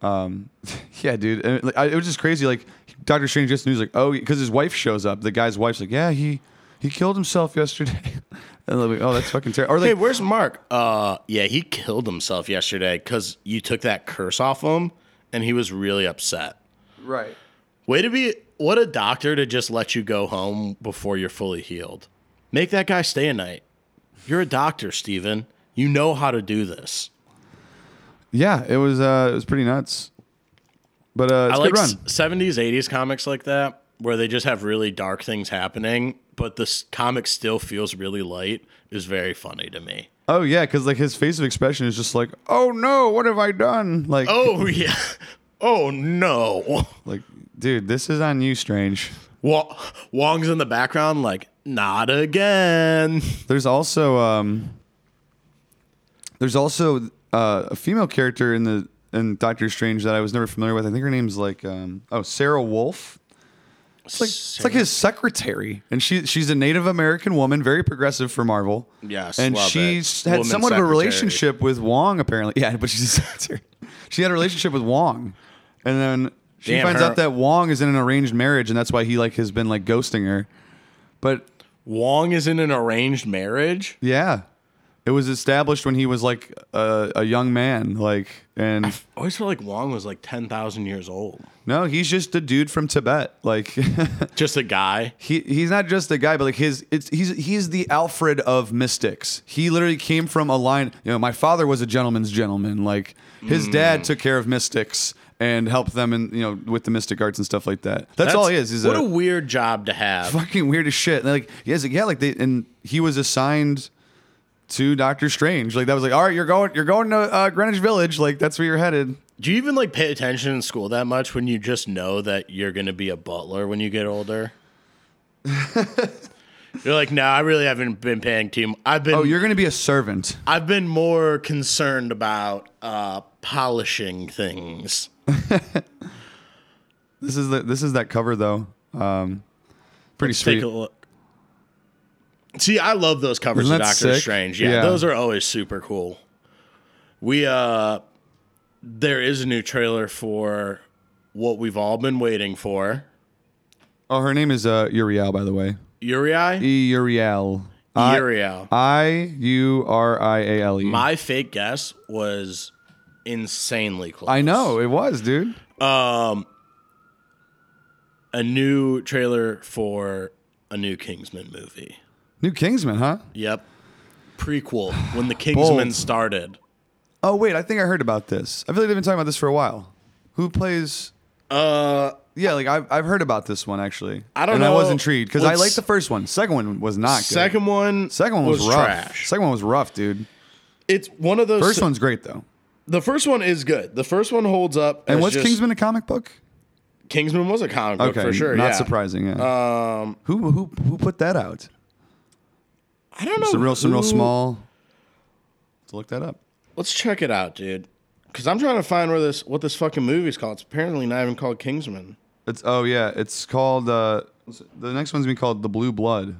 B: Um, yeah, dude. And, like, I, it was just crazy. Like Doctor Strange just news like, oh, because his wife shows up. The guy's wife's like, yeah, he he killed himself yesterday. and they're like, oh, that's fucking terrible. Or
A: hey,
B: like,
A: where's Mark? Uh, yeah, he killed himself yesterday because you took that curse off him, and he was really upset.
B: right.
A: Way to be what a doctor to just let you go home before you're fully healed. Make that guy stay a night. You're a doctor, Steven. You know how to do this.
B: Yeah, it was uh, it was pretty nuts. But uh, it's
A: I
B: a
A: like
B: good run.
A: s- 70s, 80s comics like that, where they just have really dark things happening, but the s- comic still feels really light, is very funny to me.
B: oh yeah, because like his face of expression is just like, oh no, what have I done? Like,
A: Oh, yeah. Oh, no.
B: like, dude, this is on you, Strange.
A: Wa- Wong's in the background, like, not again.
B: There's also um, there's also uh, a female character in the in Doctor Strange that I was never familiar with. I think her name's like um, oh Sarah Wolf. It's like it's like his secretary, and she she's a Native American woman, very progressive for Marvel.
A: Yes,
B: and
A: love
B: she
A: it.
B: s- had
A: Woman
B: somewhat of a
A: secretary.
B: relationship with Wong apparently. Yeah, but she's a secretary. She had a relationship with Wong, and then she
A: Damn,
B: finds
A: her-
B: out that Wong is in an arranged marriage, and that's why he like has been like ghosting her. But
A: Wong is in an arranged marriage.
B: yeah. It was established when he was like a, a young man, like, and
A: I always feel like Wong was like 10,000 years old.
B: no, he's just a dude from Tibet. Like,
A: Just a guy.
B: he he's not just a guy, but like his it's he's he's the Alfred of mystics. He literally came from a line. You know, my father was a gentleman's gentleman. Like his
A: Hmm.
B: dad took care of mystics and helped them, in you know, with the mystic arts and stuff like that. That's, all he is. He's
A: what
B: a
A: a weird job to have.
B: fucking weird as shit. And like, yeah, like, yeah, like they and he was assigned to Doctor Strange. Like that was like, all right, you're going, you're going to uh, Greenwich Village. Like that's where you're headed.
A: Do you even like pay attention in school that much when you just know that you're going to be a butler when you get older? you're like, no, I really haven't been paying too. Much. I've been,
B: Oh, you're gonna be a servant.
A: I've been more concerned about uh, polishing things.
B: This is the this is that cover though. Um, pretty
A: Take
B: sweet.
A: a look. See, I love those covers
B: Isn't
A: of
B: that
A: Doctor
B: sick?
A: Strange. Yeah,
B: Yeah.
A: those are always super cool. We uh, there is a new trailer for what we've all been waiting for.
B: oh, her name is uh, Uriel, by the way.
A: Uri,
B: E Uriel.
A: E
B: I-
A: Uriel.
B: I U R I A L E.
A: My fake guess was insanely close.
B: I know it was, dude.
A: A new trailer for a new Kingsman movie.
B: New Kingsman, huh?
A: Yep. Prequel when the Kingsman started.
B: Oh wait, I think I heard about this. I feel like they've been talking about this for a while. Who plays
A: Uh
B: Yeah, like I've, I've heard about this one actually.
A: I don't
B: and I
A: know.
B: was intrigued because I
A: Let's-
B: liked the first one. Second one was not
A: second one
B: good. Second one was, rough.
A: trash.
B: Second one was rough, dude.
A: It's one of those
B: First one's great though.
A: The first one is good. The first one holds up
B: And
A: as
B: what's
A: just-
B: Kingsman a comic book?
A: Kingsman was a comic book
B: Okay,
A: for sure.
B: Not
A: yeah.
B: surprising. Yeah. Um, who who who put that out?
A: I don't know.
B: Some real some real
A: who-
B: small. To look that up.
A: Let's check it out, dude. Cuz I'm trying to find where this what this fucking movie's called. It's apparently not even called Kingsman.
B: It's oh yeah, it's called uh, the next one's gonna be called The Blue Blood,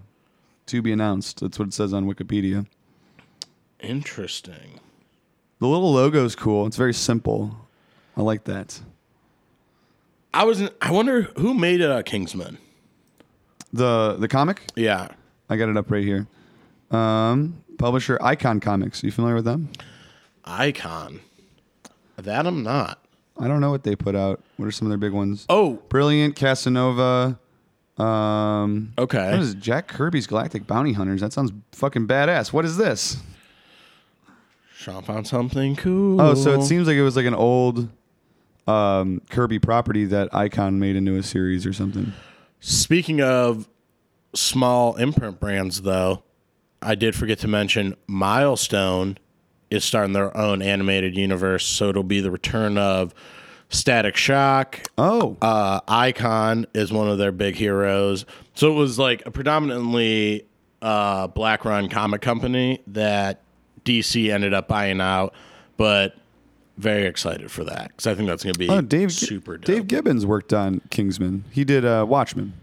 B: to be announced. That's what it says on Wikipedia.
A: Interesting.
B: The little logo's cool. It's very simple. I like that.
A: I was I wonder who made uh, Kingsman.
B: The the comic.
A: Yeah.
B: I got it up right here. Um, publisher Icon Comics. You familiar with them?
A: Icon. That I'm not.
B: I don't know what they put out. What are some of their big ones?
A: Oh,
B: Brilliant, Casanova. Um, what
A: okay.
B: is it? Jack Kirby's Galactic Bounty Hunters? That sounds fucking badass. What is this?
A: Sean found something cool.
B: Oh, so it seems like it was like an old um, Kirby property that Icon made into a series or something.
A: Speaking of small imprint brands, though, I did forget to mention Milestone is starting their own animated universe, so it'll be the return of Static Shock.
B: Oh,
A: Uh, Icon is one of their big heroes. So it was like a predominantly uh, black run comic company that DC ended up buying out, but very excited for that because I think that's going to be
B: oh, Dave. Gi-
A: super dope.
B: Dave Gibbons worked on Kingsman. He did uh, Watchmen.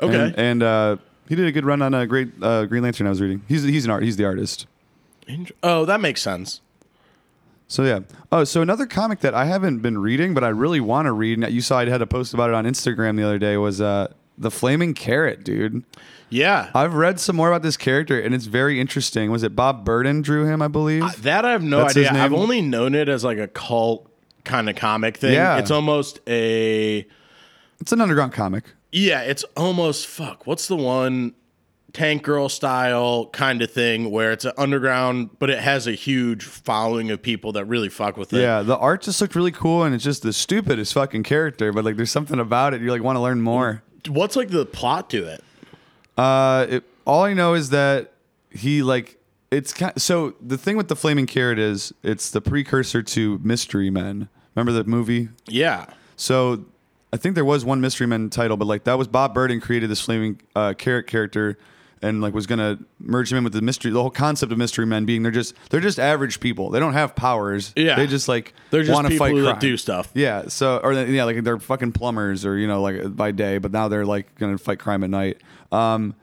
A: Okay.
B: and, and uh, he did a good run on a great uh, Green Lantern. I was reading. He's he's an art. He's the artist.
A: Int- oh, that makes sense.
B: So yeah. Oh, so another comic that I haven't been reading, but I really want to read. And you saw I had a post about it on Instagram the other day. Was uh, the Flaming Carrot, dude.
A: Yeah.
B: I've read some more about this character, and it's very interesting. Was it Bob Burden drew him? I believe.
A: That I have no
B: That's his
A: idea. I've
B: name?
A: only known it as like a cult kind of comic thing.
B: Yeah.
A: It's almost a
B: it's an underground comic.
A: yeah, it's almost fuck. What's the one tank girl style kind of thing where it's an underground but it has a huge following of people that really fuck with it.
B: Yeah, the art just looked really cool, and it's just the stupidest fucking character. But like, there's something about it you like want to learn more.
A: What's like the plot to it?
B: Uh, it, all I know is that he like it's kind. So the thing with the flaming carrot is it's the precursor to Mystery Men. Remember that movie?
A: Yeah.
B: So I think there was one Mystery Men title, but like that was Bob Burden created this flaming uh, carrot character, and like was gonna merge him in with the mystery. The whole concept of Mystery Men being they're just they're just average people. They don't have powers.
A: Yeah.
B: they just like
A: They're just
B: wanna
A: people
B: fight
A: that
B: crime.
A: do stuff.
B: Yeah. So or they- yeah, like they're fucking plumbers or you know like by day, but now they're like gonna fight crime at night. Um,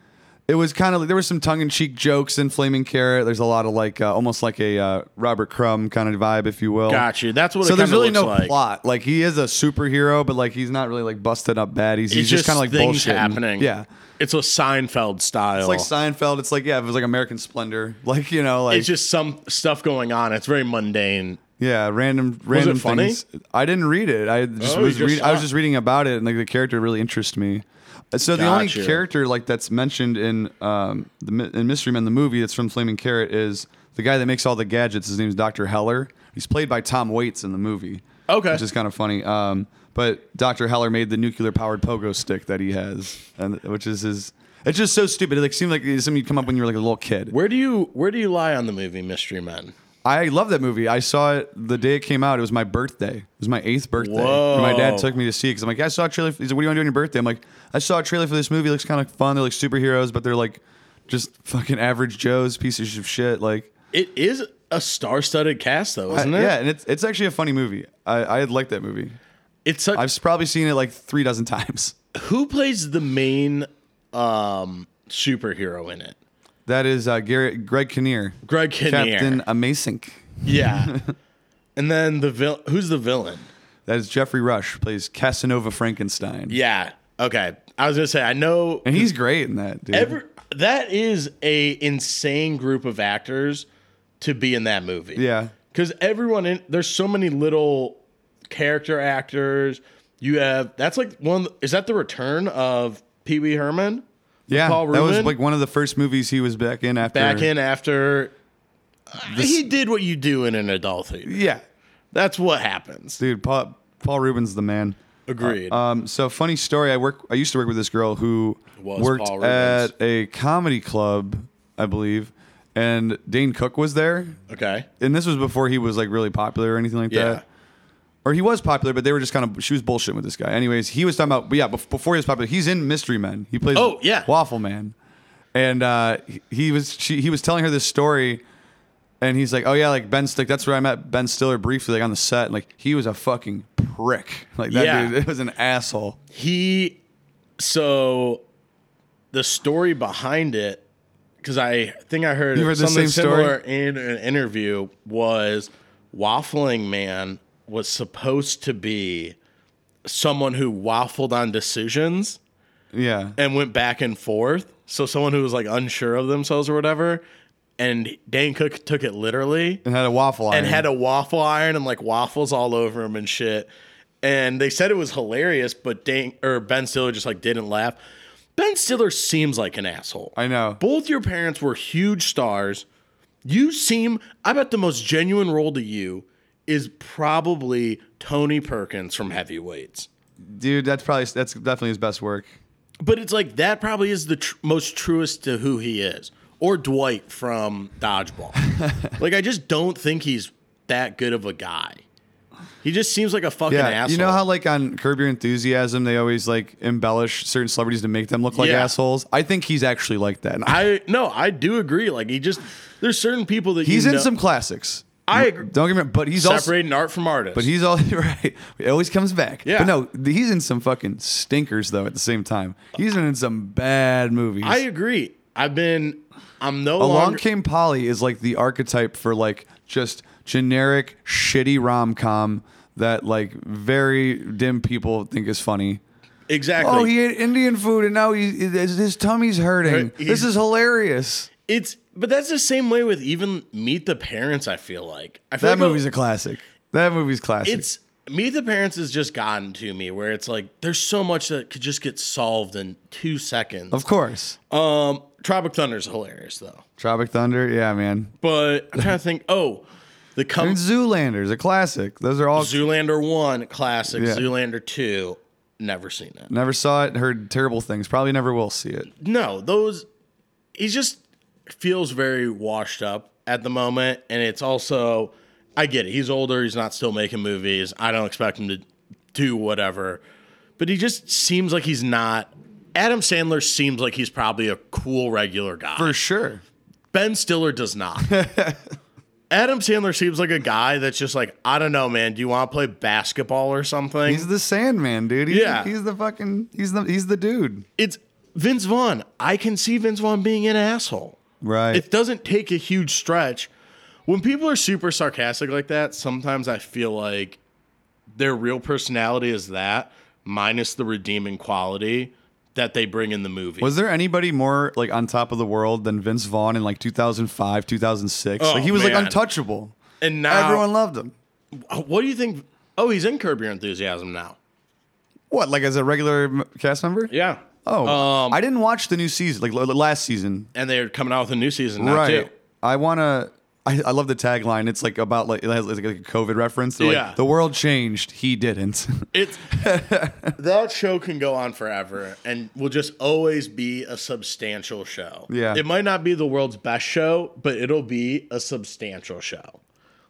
B: it was kind of like there was some tongue in cheek jokes in Flaming Carrot. There's a lot of like uh, almost like a uh, Robert Crumb kind of vibe, if you will.
A: Gotcha. That's what
B: So
A: it
B: there's
A: kinda
B: really no
A: looks like.
B: plot. Like he is a superhero, but like he's not really like busted up baddies. He's
A: It's
B: just, kind of like
A: things
B: bullshit
A: happening. Oh.
B: Yeah.
A: It's a Seinfeld style.
B: It's like Seinfeld. It's like yeah, it was like American Splendor. Like you know, like
A: it's just some stuff going on. It's very mundane.
B: yeah, random random
A: it funny?
B: things. I didn't read it. I just
A: Oh,
B: was
A: you just
B: read, I was
A: saw it.
B: just reading about it, and like the character really interests me. Uh, So the only
A: Gotcha.
B: character like that's mentioned in um the Mi- in Mystery Men the movie that's from Flaming Carrot is the guy that makes all the gadgets. His name's Doctor Heller. He's played by Tom Waits in the movie.
A: Okay.
B: which is kind of funny. Um, but Doctor Heller made the nuclear powered pogo stick that he has, and which is his. It's just so stupid. It like seemed like something you come up when you were like a little kid.
A: Where do you where do you lie on the movie Mystery Men?
B: I love that movie. I saw it the day it came out. It was my birthday. It was my eighth birthday.
A: Whoa.
B: And my dad took me to see it because I'm like, yeah, I saw a trailer. He's like, what do you want to do on your birthday? I'm like, I saw a trailer for this movie. It looks kind of fun. They're like superheroes, but they're like just fucking average Joes, pieces of shit. Like,
A: It is a star-studded cast, though, isn't
B: I-
A: it?
B: Uh, yeah, and it's it's actually a funny movie. I I like that movie.
A: It's such,
B: I've s- probably seen it like three dozen times.
A: who plays the main um, superhero in it?
B: That is uh, Garrett Greg Kinnear,
A: Greg Kinnear.
B: Captain Amazink.
A: Yeah. and then the vil- who's the villain?
B: That is Jeffrey Rush plays Casanova Frankenstein.
A: Yeah. Okay. I was gonna say I know
B: and he's great in that. Dude.
A: every that is a insane group of actors to be in that movie.
B: yeah.
A: Because everyone in there's so many little character actors. You have that's like one. Is that the return of Pee Wee Herman?
B: Yeah,
A: Paul
B: that was
A: Rubin?
B: like one of the first movies he was back in after.
A: back in after he did what you do in an adult theater.
B: yeah,
A: That's what happens.
B: dude, Paul Paul Rubin's the man.
A: Agreed.
B: Um, so funny story. I work. I used to work with this girl who
A: Was
B: worked
A: Paul Rubens.
B: at a comedy club, I believe, and Dane Cook was there.
A: okay.
B: And this was before he was like really popular or anything like
A: Yeah.
B: that. Or he was popular, but they were just kind of she was bullshitting with this guy. Anyways, he was talking about, but yeah, bef- before he was popular, he's in Mystery Men. He plays
A: Oh, yeah.
B: Waffle Man, and uh, he, he was she, he was telling her this story and he's like, "Oh yeah, like Ben Stick. That's where I met Ben Stiller briefly, like on the set. And, like he was a fucking prick. Like that
A: Yeah.
B: dude, it was an asshole.
A: He so the story behind it because I think I heard,
B: You heard the
A: something
B: same story?
A: similar in an interview was waffling man was supposed to be someone who waffled on decisions
B: Yeah,
A: and went back and forth. So someone who was like unsure of themselves or whatever, and Dan Cook took it literally
B: and had a waffle iron.
A: and had a waffle iron and like waffles all over him and shit. And they said it was hilarious, but Dan or Ben Stiller just like didn't laugh. Ben Stiller seems like an asshole.
B: I know.
A: Both your parents were huge stars. You seem I bet the most genuine role to you is probably Tony Perkins from Heavyweights.
B: dude, that's probably that's definitely his best work.
A: But it's like that probably is the tr- most truest to who he is. or Dwight from Dodgeball. like I just don't think he's that good of a guy. He just seems like a fucking
B: Yeah,
A: asshole.
B: you know how like on Curb Your Enthusiasm they always like embellish certain celebrities to make them look like
A: Yeah.
B: assholes. I think he's actually like that. And I-
A: I no, I do agree. Like he just there's certain people that
B: he's
A: you
B: in
A: know-
B: some classics.
A: I agree.
B: Don't get me wrong, but he's also
A: separating art from artist.
B: But he's all right. He always comes back.
A: Yeah.
B: But no, th- he's in some fucking stinkers though. At the same time, he's been in some bad movies.
A: I agree. I've been. I'm no
B: Along
A: longer.
B: Came Polly is like the archetype for like just generic shitty rom com that like very dim people think is funny.
A: exactly.
B: Oh, he ate Indian food and now he, his his tummy's hurting.
A: Right,
B: this
A: he's-
B: is hilarious.
A: it's but that's the same way with even Meet the Parents. I feel like I feel
B: That
A: like
B: movie's a classic. That movie's classic.
A: it's Meet the Parents has just gotten to me where it's like there's so much that could just get solved in two seconds.
B: of course.
A: Um, Tropic Thunder's hilarious though,
B: Tropic Thunder. Yeah, man.
A: but I'm trying to think. Oh, the come
B: And Zoolander's a classic. Those are all
A: Zoolander one classic,
B: Yeah.
A: Zoolander two, never seen it.
B: Never saw it. Heard terrible things. Probably never will see it.
A: No, those he just feels very washed up at the moment, and it's also I get it. He's older. He's not still making movies. I don't expect him to do whatever, but he just seems like he's not. Adam Sandler seems like he's probably a cool regular guy.
B: For sure.
A: ben Stiller does not. Adam Sandler seems like a guy that's just like, I don't know, man. Do you want to play basketball or something?
B: He's the Sandman, dude. He's,
A: Yeah.
B: He's the fucking. He's the. He's the dude.
A: it's Vince Vaughn. I can see Vince Vaughn being an asshole.
B: Right.
A: it doesn't take a huge stretch. When people are super sarcastic like that, sometimes I feel like their real personality is that minus the redeeming quality that they bring in the movie.
B: was there anybody more like on top of the world than Vince Vaughn in like 2005, 2006?
A: Oh,
B: like he was like
A: man.
B: untouchable.
A: and now, uh,
B: Everyone loved him.
A: what do you think? Oh, he's in Curb Your Enthusiasm now.
B: What? Like as a regular m- cast member?
A: Yeah.
B: Oh,
A: Um,
B: I didn't watch the new season, like l- l- last season.
A: and they're coming out with a new season now too.
B: I want to. I, I love the tagline. It's like about like it has like a COVID reference. They're
A: Yeah.
B: like, the world changed. He didn't.
A: It's that show can go on forever and will just always be a substantial show.
B: Yeah.
A: It might not be the world's best show, but it'll be a substantial show.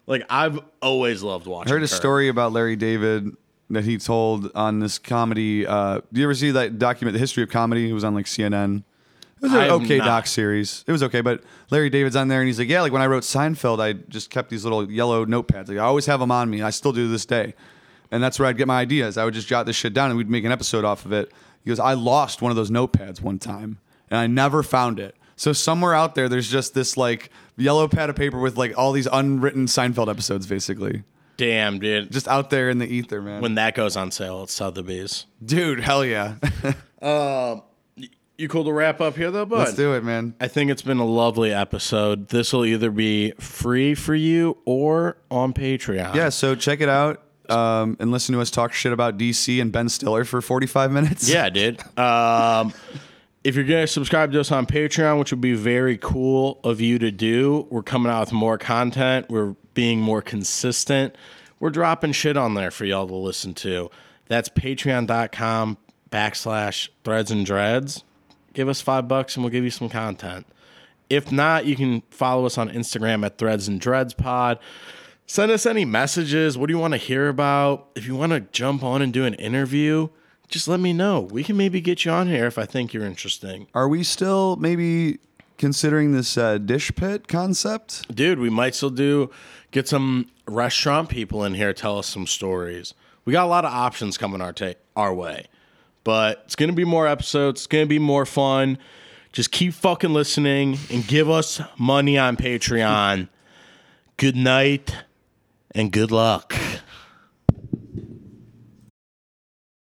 A: Like I've always loved watching.
B: heard a
A: her.
B: story about Larry David that he told on this comedy. Uh, do you ever see that document, The History of Comedy? It was on like CNN. It was
A: I
B: an
A: have
B: okay
A: not.
B: doc series. It was okay, but Larry David's on there and he's like, yeah, like when I wrote Seinfeld, I just kept these little yellow notepads. Like I always have them on me. and I still do to this day. And that's where I'd get my ideas. I would just jot this shit down and we'd make an episode off of it. He goes, I lost one of those notepads one time and I never found it. So somewhere out there, there's just this like yellow pad of paper with like all these unwritten Seinfeld episodes, basically
A: Damn, dude.
B: just out there in the ether, man.
A: when that goes on sale at Sotheby's.
B: Dude, hell yeah.
A: You cool to wrap up here though, bud?
B: Let's do it, man.
A: I think it's been a lovely episode. This will either be free for you or on Patreon.
B: Yeah, so check it out um, and listen to us talk shit about DC and Ben Stiller for 45 minutes.
A: Yeah, dude. Um, if you're gonna subscribe to us on Patreon, which would be very cool of you to do, we're coming out with more content. We're being more consistent. We're dropping shit on there for y'all to listen to. That's patreon.com backslash threads and dreads. Give us five bucks and we'll give you some content. If not, you can follow us on Instagram at threads and dreads pod. Send us any messages. What do you want to hear about? If you want to jump on and do an interview, just let me know. We can maybe get you on here if I think you're interesting.
B: Are we still maybe considering this uh, dish pit concept?
A: Dude, we might still do get some restaurant people in here tell us some stories. We got a lot of options coming our ta- our way. But it's going to be more episodes, it's going to be more fun. Just keep fucking listening and give us money on Patreon. good night and good luck.